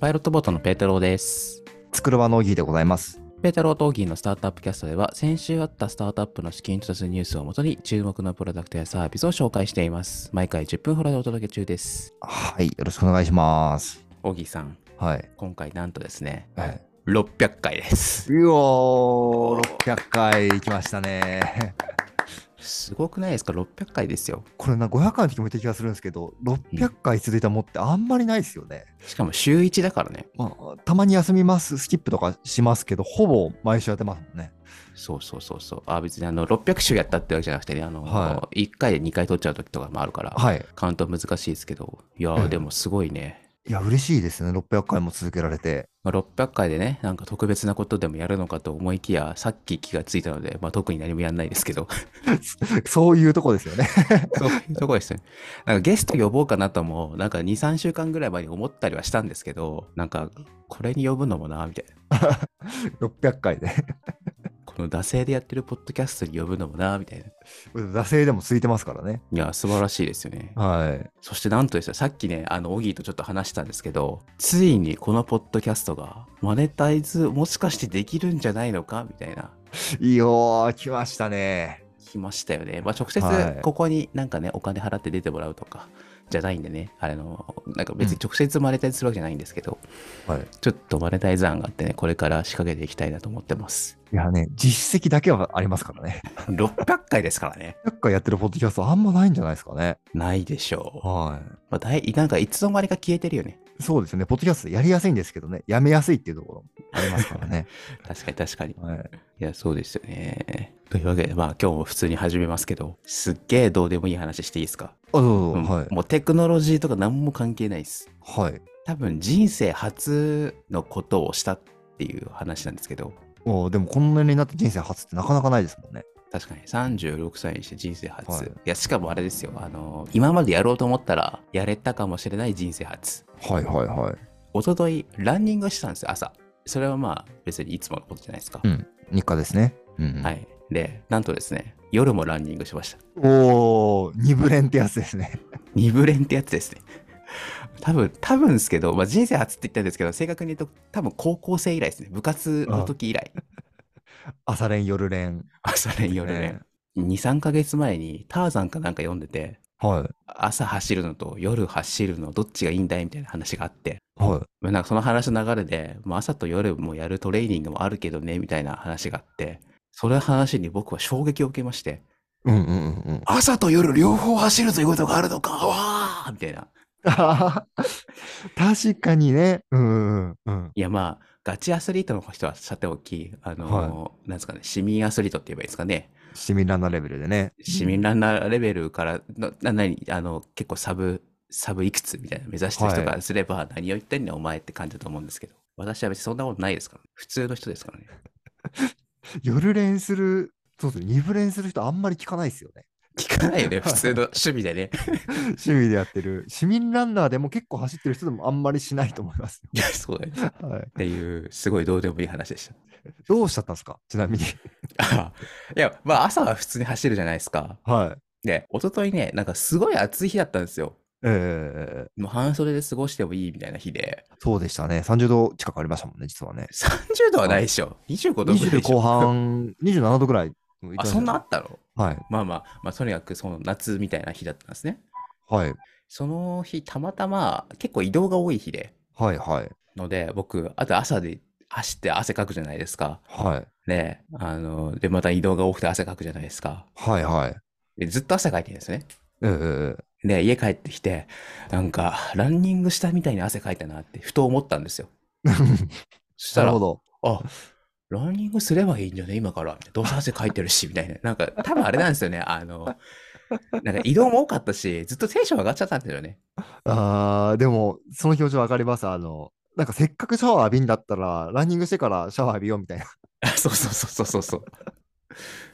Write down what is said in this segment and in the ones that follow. パイロットボートのペータローです。つくるばのぎでございます。ペータローとオギーのスタートアップキャストでは、先週あったスタートアップの資金調達ニュースをもとに、注目のプロダクトやサービスを紹介しています。毎回10分ほどでお届け中です。はい、よろしくお願いします。オギーさん、はい。今回なんとですね、はい、 600回です。うおー、600回行きましたね。 すごくないですか ?600 回ですよ。これな、500回の時も言った気がするんですけど、600回続いたもんってあんまりないですよね。しかも週1だからね。まあ、たまに休みます、スキップとかしますけど、ほぼ毎週やってますもんね。そうそうそうそう。あ、別にあの、600週やったってわけじゃなくてね、あの、は1回で2回取っちゃう時とかもあるから、はい。カウント難しいですけど、いやえー、えでもすごいね。いや、嬉しいですね。600回も続けられて。 まあ、600回でね、なんか特別なことでもやるのかと思いきや、さっき気がついたので、まあ、特に何もやんないですけど、そういうとこですよね。 そういうとこですね。なんかゲスト呼ぼうかなとも、なんか2、3週間ぐらい前に思ったりはしたんですけど、なんか、これに呼ぶのもな、みたいな。 600回で。 この惰性でやってるポッドキャストに呼ぶのもな、みたいな。い惰性でも続いてますからね。や、素晴らしいですよね。はい。そしてなんとですよ、さっきね、あの、オギーとちょっと話したんですけど、ついにこのポッドキャストが、マネタイズもしかしてできるんじゃないのかみたいな。いいよー、来ましたね。来ましたよね。まあ、直接はいここになんかね、お金払って出てもらうとかじゃないんでね、あれの、なんか別に直接マネタイズするわけじゃないんですけど、はい。ちょっとマネタイズ案があってね、これから仕掛けていきたいなと思ってます。いやね、実績だけはありますからね。 600回ですからね。 100回やってるポッドキャストあんまないんじゃないですかね。ないでしょはう。まあ、だいなんかいつの間にか消えてるよね。い。そうですよね。ポッドキャストやりやすいんですけどね、やめやすいっていうところもありますから ね。確かに確かに。はい。いや、そうですよね。というわけで、まあ今日も普通に始めますけど、すっげえどうでもいい話していいですか、あ、そううんそう、はい。もうテクノロジーとか何も関係ないです。はい。多分人生初のことをしたっていう話なんですけど、おでも、この年齢になって人生初ってなかなかないですもんね。確かに36歳にして人生初。はいい、や、しかもあれですよ。あの、今までやろうと思ったら、やれたかもしれない人生初。はいはいはい。一昨日ランニングしてたんですよ、朝。それはまあ別にいつものことじゃないですか。うん。日課ですね。うん、は。い。で、なんとですね、夜もランニングしました。おー、二部連ってやつですね。 二部連ってやつですね。 多分、多分ですけど、まあ、人生初って言ったんですけど、正確に言うと、多分高校生以来ですね。部活の時以来。朝練、夜練。朝練、 夜練。2、3ヶ月前に、ターザンかなんか読んでて、は朝走るのと夜走るのどっちがいいんだいみたいな話があって、い。はまあなんかその話の流れで、まあ、朝と夜もやるトレーニングもあるけどね、みたいな話があって、その話に僕は衝撃を受けまして、い。うんうんうんうん。 朝と夜両方走るということがあるのか、わーみたいな。あー確かにね。うんうんうん。いやまあガチアスリートの人はさておきあのなんですかね市民アスリートって言えばいいですかね市民ランナーレベルでね。市民ランナーレベルからのな何あの結構サブサブいくつみたいな目指してる人はいからすれば、何を言ってんねんお前って感じだと思うんですけど私は別にそんなことないですから、普通の人ですからね夜練する、そうそう、二部練する人あんまり聞かないですよね。 聞かないよね普通の趣味でね趣味でやってる、市民ランナーでも結構走ってる人でもあんまりしないと思いますよ。いや そうだよねはい、っていうすごいどうでもいい話でしたどうしちゃったんですかちなみに。あ いやまあ朝は普通に走るじゃないですかはい。で一昨日ねなんかすごい暑い日だったんですよえもう半袖で過ごしてもいいみたいな日でー、そうでしたね。30度近くありましたもんね、実はね。 30度はないでしょ。25度ぐらいでしょ。 20後半、27度ぐらい。あ、そんなあったのはい。まあまあ、まあ、とにかくその夏みたいな日だったんですね。はい。その日、たまたま結構移動が多い日で、はい。はい。ので、僕、あと朝で走って汗かくじゃないですか。はい。ね、あの、で、また移動が多くて汗かくじゃないですか。はい。はい。で、ずっと汗かいてるんですね。えー、で、家帰ってきて、なんか、ランニングしたみたいに汗かいたなって、ふと思ったんですよ。そ したなるらほ、ど。あランニングすればいいんじゃね今から。どうせ汗かいてるし、みたいな。なんか、多分あれなんですよね。あの、なんか移動も多かったし、ずっとテンション上がっちゃったんですよね。あーでも、その表情わかります。あの、なんかせっかくシャワー浴びんだったら、ランニングしてからシャワー浴びようみたいな。あ そうそうそうそうそうそう。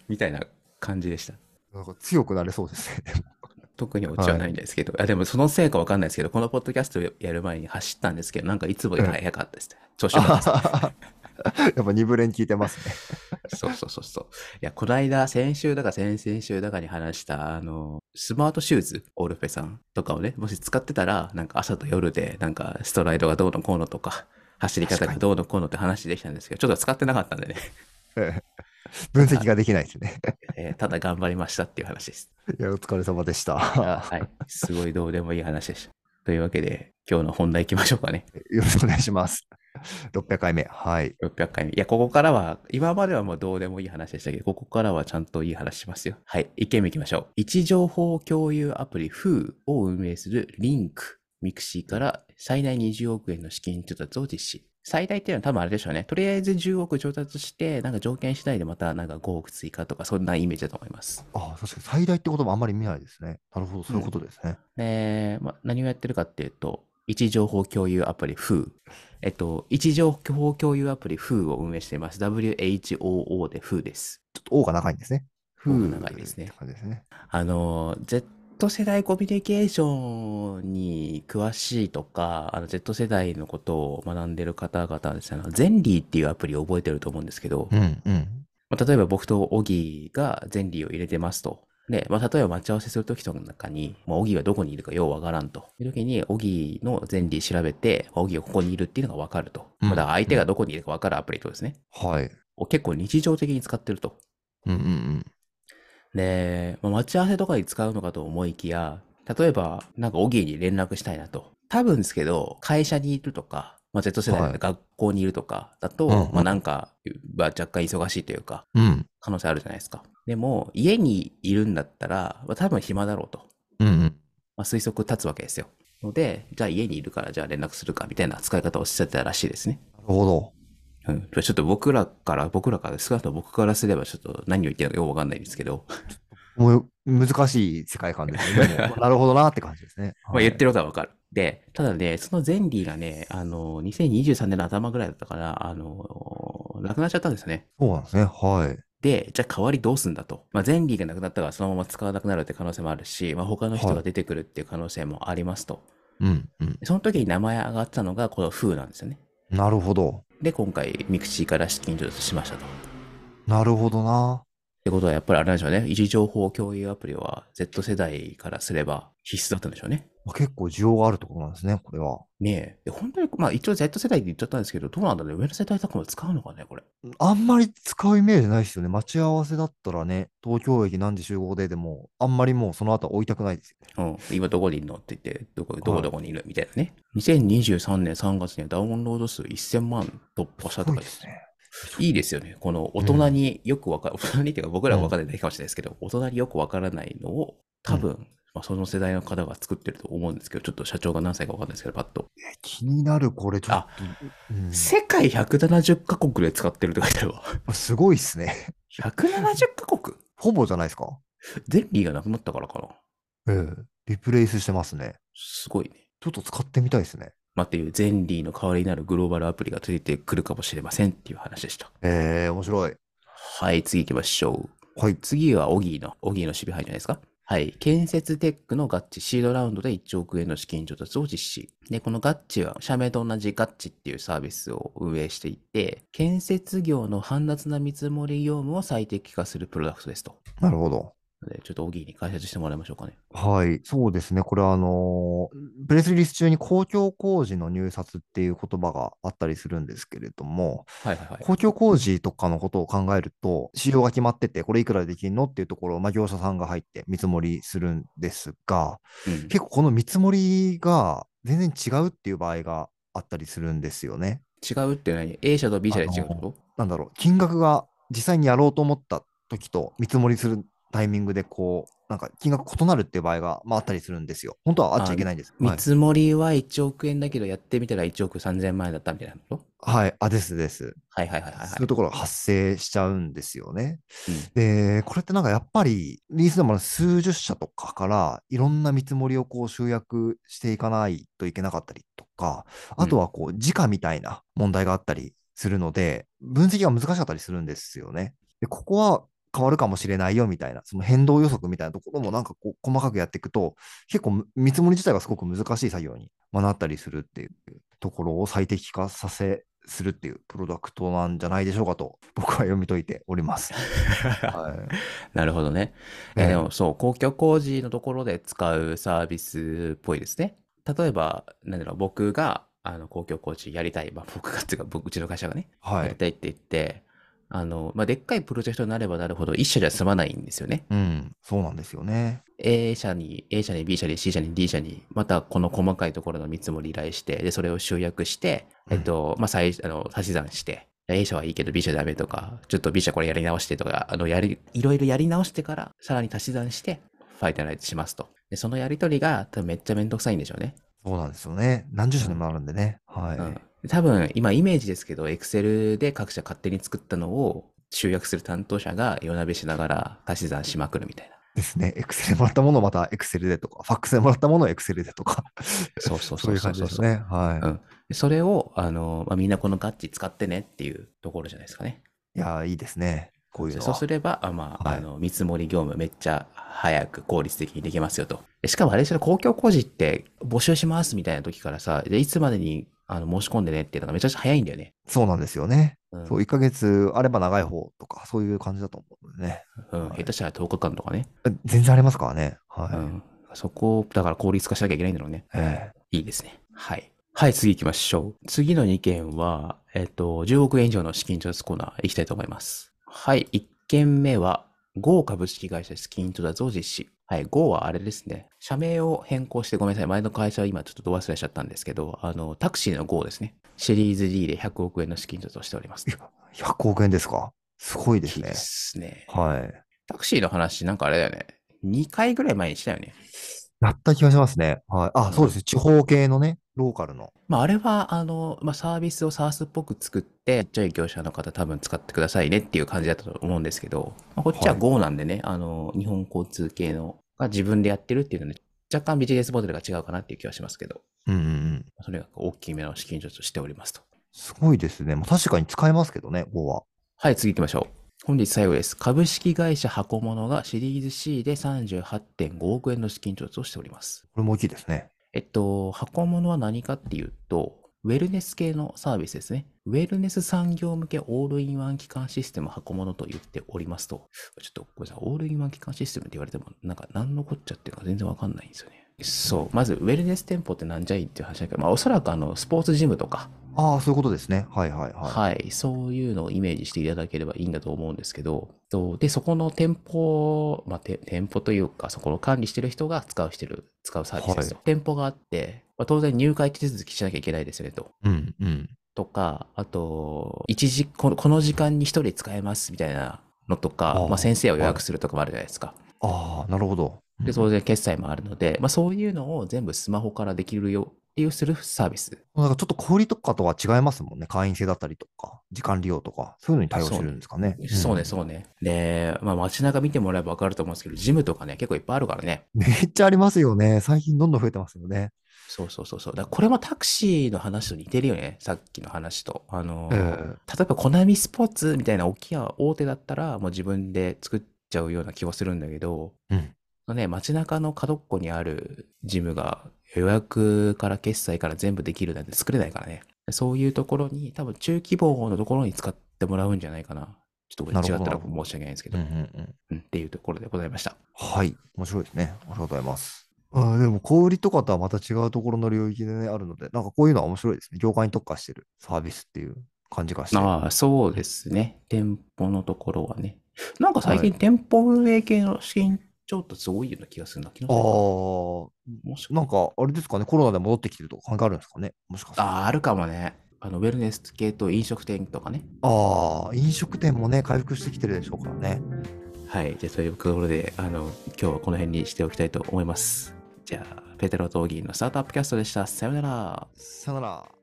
みたいな感じでした。なんか強くなれそうですね。 特にオチはないんですけど、あでもそのせいかわかんないですけど、このポッドキャストやる前に走ったんですけど、なんかいつもより速かったですね。調子よかったです。やっぱ2部連聞いてますね。そうそうそうそう。いや、こないだ、先週だか先々週だかに話した、あの、スマートシューズ、オルフェさんとかをね、もし使ってたら、なんか朝と夜で、なんかストライドがどうのこうのとか、走り方確かがにどうのこうのって話できたんですけど、ちょっと使ってなかったんでね、分析ができないですね。えーただ頑張りましたっていう話です。いや、お疲れ様でした。はい。すごいどうでもいい話でした。というわけで、今日の本題行きましょうかね。よろしくお願いします。600回目。はい。 600回目。いや、ここからは、今まではもうどうでもいい話でしたけど、ここからはちゃんといい話しますよ。はい。一件目行きましょう。位置情報共有アプリ Foo を運営する Link、ミクシーから最大20億円の資金調達を実施。最大っていうのは多分あれでしょうね。とりあえず10億調達して、なんか条件次第でまたなんか5億追加とか、そんなイメージだと思います。あ確かに最大ってこともあんまり見ないですね。なるほど、そういうことですね。で、まあ、何をやってるかっていうと、位置情報共有アプリ Foo。えっと、位置情報共有アプリ Foo を運営しています。WHOO で Foo です。ちょっと O が長いんですね。 O が長いですねふうって感じですね。あの、Z 世代コミュニケーションに詳しいとか、あの Z 世代のことを学んでる方々はですね、あのゼンリーっていうアプリを覚えてると思うんですけどう、んうん。まあ、例えば僕とオギーがゼンリーを入れてますと。で、まあ、例えば待ち合わせするときとかの中に、まあ、オギーはどこにいるかようわからんと。いうときに、オギーのゼンリー調べて、まあオギーはここにいるっていうのがわかると。うんまあだから相手がどこにいるかわかるアプリってことですね。はい。を結構日常的に使ってると。うんうんうん。で、まあ待ち合わせとかに使うのかと思いきや、例えば、なんかオギーに連絡したいなと。多分ですけど、会社にいるとか、まあ、Z 世代なんはでい学校にいるとかだと、うんうんまあ、なんか、まあ、若干忙しいというか、うん。可能性あるじゃないですか。でも、家にいるんだったら、まあ、多分暇だろうと。うんうん。まあ、推測立つわけですよ。ので、じゃあ家にいるから、じゃあ連絡するか、みたいな使い方をしてたらしいですね。なるほど。うん。ちょっと僕らから、僕らから、少なくとも僕からすれば、ちょっと何を言ってるのかよくわかんないんですけど、もう難しい世界観です よね。でもなるほどなって感じですね。まあ言ってることはわかる。で、ただね、そのゼンリーがね、あの、2023年の頭ぐらいだったから、あの、なくなっちゃったんですよね。そうなんですね。はい。で、じゃあ代わりどうすんだと。まあ、前理がなくなったからそのまま使わなくなるって可能性もあるし、まあ、他の人はがい出てくるっていう可能性もありますと。うんうん。その時に名前上がったのがこの風なんですよね。なるほど。で、今回ミクシーから資金調達しましたと。っなるほどな。てことはやっぱりあれなんでしょうね。位置情報共有アプリは Z 世代からすれば必須だったんでしょうね。結構需要があるってことなんですね、これは。ねえ。で本当に、まあ一応 Z 世代って言っちゃったんですけど、どうなんだろうね。上の世代とかも使うのかね、これ。あんまり使うイメージないですよね。待ち合わせだったらね、東京駅何時集合ででも、あんまりもうその後は置いたくないですよね。うん、今どこにいるのって言って、どこ、どはこいどこにいるみたいなね。2023年3月にはダウンロード数1000万突破したとすごいかでですす。ね。いいですよね。この大人によくわか、大人にっていうか僕らはわからないだけかもしれないですけど、大人によくわからないのを多分、まあ、その世代の方が作ってると思うんですけど、ちょっと社長が何歳かわかんないですけど、パッと。え気になる、これちょっと。うん世界170カ国で使ってるって書いてあるわ。すごいっすね。 170カ国ほぼじゃないですか。ゼンリーがなくなったからかな。ええ。リプレイスしてますね。すごいね。ちょっと使ってみたいですね。まあ、っていう、ゼンリーの代わりになるグローバルアプリが出てくるかもしれませんっていう話でした。ええ、面白い。はい、次行きましょう。はい。次はオギーの、オギーの守備範囲じゃないですか。はい。建設テックのガッチシードラウンドで1億円の資金調達を実施。で、このガッチは社名と同じガッチっていうサービスを運営していて、建設業の煩雑な見積もり業務を最適化するプロダクトですと。なるほど。のでちょっとオギーに解説してもらいましょうかね。はい、そうですね。これはあのープレスリリース中に公共工事の入札っていう言葉があったりするんですけれども、はいはいはい。公共工事とかのことを考えると、仕様が決まってて、これいくらできるのっていうところを、まあ、業者さんが入って見積もりするんですが、うん結構この見積もりが全然違うっていう場合があったりするんですよね。違うって何 ?A 社と B 社で違うってあこなんだろう、金額が実際にやろうと思った時と見積もりするタイミングで、こう、なんか金額異なるっていう場合が、まあ、あったりするんですよ。本当はあっちゃいけないんです。と見はい積もりは1億円だけど、やってみたら1億3000万円だったみたいなことはい、あ、ですです。はいはいはいはいはいそういう。ところが発生しちゃうんですよね。うんで、これってなんかやっぱり、リースでも数十社とかから、いろんな見積もりをこう集約していかないといけなかったりとか、あとはこう、時価みたいな問題があったりするので、分析が難しかったりするんですよね。で、ここは変わるかもしれないよみたいな、その変動予測みたいなところもなんかこう、細かくやっていくと、結構む見積もり自体がすごく難しい作業にまあなったりするっていうところを最適化させするっていうプロダクトなんじゃないでしょうかと、僕は読み解いてお ります。はいなるほどね。えーねでもそう、公共工事のところで使うサービスっぽいですね。例えば、なんだろう、僕があの公共工事やりたい。まあ、僕がって いうか、僕うちの会社がね、はやりい。たいって言って、あの、まあ、でっかいプロジェクトになればなるほど、一社じゃ済まないんですよね。うん、そうなんですよね。 A 社に、A 社に B 社に C 社に D 社に、またこの細かいところの見積もり依頼して、で、それを集約して、えっと、まあ、最、あの、足し算して、A 社はいいけど B 社ダメとか、ちょっと B 社これやり直してとか、あの、やり、いろいろやり直してから、さらに足し算して、ファイナライズしますと。で、そのやりとりが、多分めっちゃめんどくさいんでしょうね。そうなんですよね。何十社にもあるんでね。はういん。多分、今イメージですけど、Excel で各社勝手に作ったのを集約する担当者が夜なべしながら足し算しまくるみたいな。ですね。エクセルでもらったものをまたエクセルでとか、ファックスでもらったものをエクセルでとか、 そうそうそそうういうそう感じそうそでうすね。はい。うんそれを、あの、まあ、みんなこのガッチ使ってねっていうところじゃないですかね。いやー、いいですね。こういうのは。そうすれば、あまあ、はいあの、見積もり業務めっちゃ早く効率的にできますよと。しかもあれでしょ、公共工事って募集しますみたいな時からさ、でいつまでにあの申し込んでねっていうのがめちゃくちゃ早いんだよね。そうなんですよね。うん、そう、1ヶ月あれば長い方とか、そういう感じだと思うんでね。うん下手したら10日間とかね。全然ありますからね。はい。うん。そこを、だから効率化しなきゃいけないんだろうね。えいいですね。はい。はい、次行きましょう。次の2件は、えっと、10億円以上の資金調達コーナー行きたいと思います。はい、1件目は、GO 株式会社資金調達を実施。はい、GO はあれですね。社名を変更してごめんなさい。前の会社は今ちょっとど忘れしちゃったんですけど、あの、タクシーの GO ですね。シリーズ D で100億円の資金調達をしております。え100億円ですかすごいですいいねで。すね。はい。タクシーの話、なんかあれだよね。2回ぐらい前にしたよね。やった気がしますね。はい。あ、そうですね。地方系のね、ローカルの。まあ、あれは、あの、まあ、サービスを SARS っぽく作って、ちっちゃい業者の方多分使ってくださいねっていう感じだったと思うんですけど、まあ、こっちははい GO なんでね、あの、日本交通系のが自分でやってるっていうので、若干ビジネスモデルが違うかなっていう気はしますけど、うんうんうん。とにかく大きめの資金調達をしておりますと。すごいですね。まあ、確かに使えますけどね、ここは。はい、次行きましょう。本日最後です。株式会社箱物がシリーズ C で38.5億円の資金調達をしております。これも大きいですね。えっと、箱物は何かっていうと、ウェルネス系のサービスですね。ウェルネス産業向けオールインワン基幹システム箱物と言っておりますと、ちょっとごめんなさい、オールインワン基幹システムって言われても、なんか何のこっちゃっていうか全然わかんないんですよね。そう、まずウェルネス店舗ってなんじゃいっていう話だけど、まあおそらくあの、スポーツジムとか、ああ、そういうことですね。はいはいはい。はい、そういうのをイメージしていただければいいんだと思うんですけど、とで、そこの店舗、まあ、て店舗というか、そこの管理してる人が使うしてる、使うサービスですと。は店舗があって、まあ、当然入会手続きしなきゃいけないですよねと。うんうん。とか、あと、一時、このこの時間に一人使えますみたいなのとか、ああまあ、先生を予約するとかもあるじゃないですか。ああ、なるほど。で、当然決済もあるので、まあ、そういうのを全部スマホからできるよっていうするサービス。うんなんかちょっと小売りとかとは違いますもんね。会員制だったりとか、時間利用とか、そういうのに対応してるんですかね。そうね、す。そうね。で、まあ街中見てもらえばわかると思うんですけど、ジムとかね、結構いっぱいあるからね。めっちゃありますよね。最近どんどん増えてますよね。そうそうそうそう。だからこれもタクシーの話と似てるよね、さっきの話と。あの、え例えばコナミスポーツみたいな大きな大手だったら、もう自分で作っちゃうような気はするんだけど、うんね、街中の角っこにあるジムが予約から決済から全部できるなんて作れないからね。そういうところに、多分中規模のところに使ってもらうんじゃないかな。ちょっとこれ違ったならるほど申し訳ないんですけうどんう。んうん。うんっていうところでございました。はい。面白いですね。ありがとうございます。あーでも、小売りとかとはまた違うところの領域でね、あるので、なんかこういうのは面白いですね。業界に特化してるサービスっていう感じがして。ああ、そうですね。店舗のところはね。なんか最近は店舗運営系の資金調達多いような気がするな。気のあせいかーもしなんか、あれですかね、コロナで戻ってきてるとか関係あるんですかね。もしかして。ああ、あるかもね。あの、ウェルネス系と飲食店とかね。あー、飲食店もね、回復してきてるでしょうからね。はい。じゃあ、そういうところで、あの、今日はこの辺にしておきたいと思います。じゃあ、ペテロ・トーギーのスタートアップキャストでした。さようなら。さよなら。